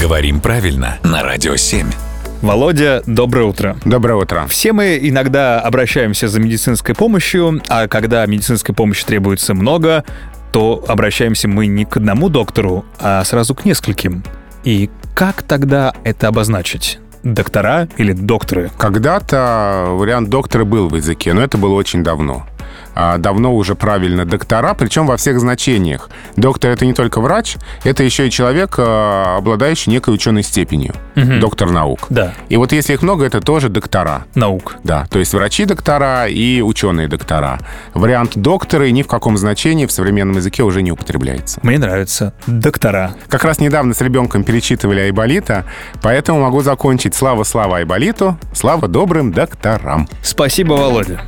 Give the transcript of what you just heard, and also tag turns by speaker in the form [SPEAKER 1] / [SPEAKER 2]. [SPEAKER 1] Говорим правильно на Радио 7.
[SPEAKER 2] Володя, доброе утро.
[SPEAKER 3] Доброе утро.
[SPEAKER 2] Все мы иногда обращаемся за медицинской помощью, а когда медицинской помощи требуется много, то обращаемся мы не к одному доктору, а сразу к нескольким. И как тогда это обозначить? Доктора или докторы?
[SPEAKER 3] Когда-то вариант доктора был в языке, но это было очень давно. А, Давно уже правильно доктора, причем во всех значениях. Доктор это не только врач, это еще и человек, а, обладающий некой ученой степенью. Доктор наук.
[SPEAKER 2] Да,
[SPEAKER 3] И вот если их много, это тоже доктора.
[SPEAKER 2] наук.
[SPEAKER 3] Да, то есть врачи-доктора и ученые-доктора. Вариант доктора ни в каком значении в современном языке уже не употребляется.
[SPEAKER 2] Мне нравится. Доктора.
[SPEAKER 3] Как раз недавно с ребенком перечитывали Айболита, поэтому могу закончить. Слава, слава Айболиту, слава добрым докторам.
[SPEAKER 2] Спасибо, Володя.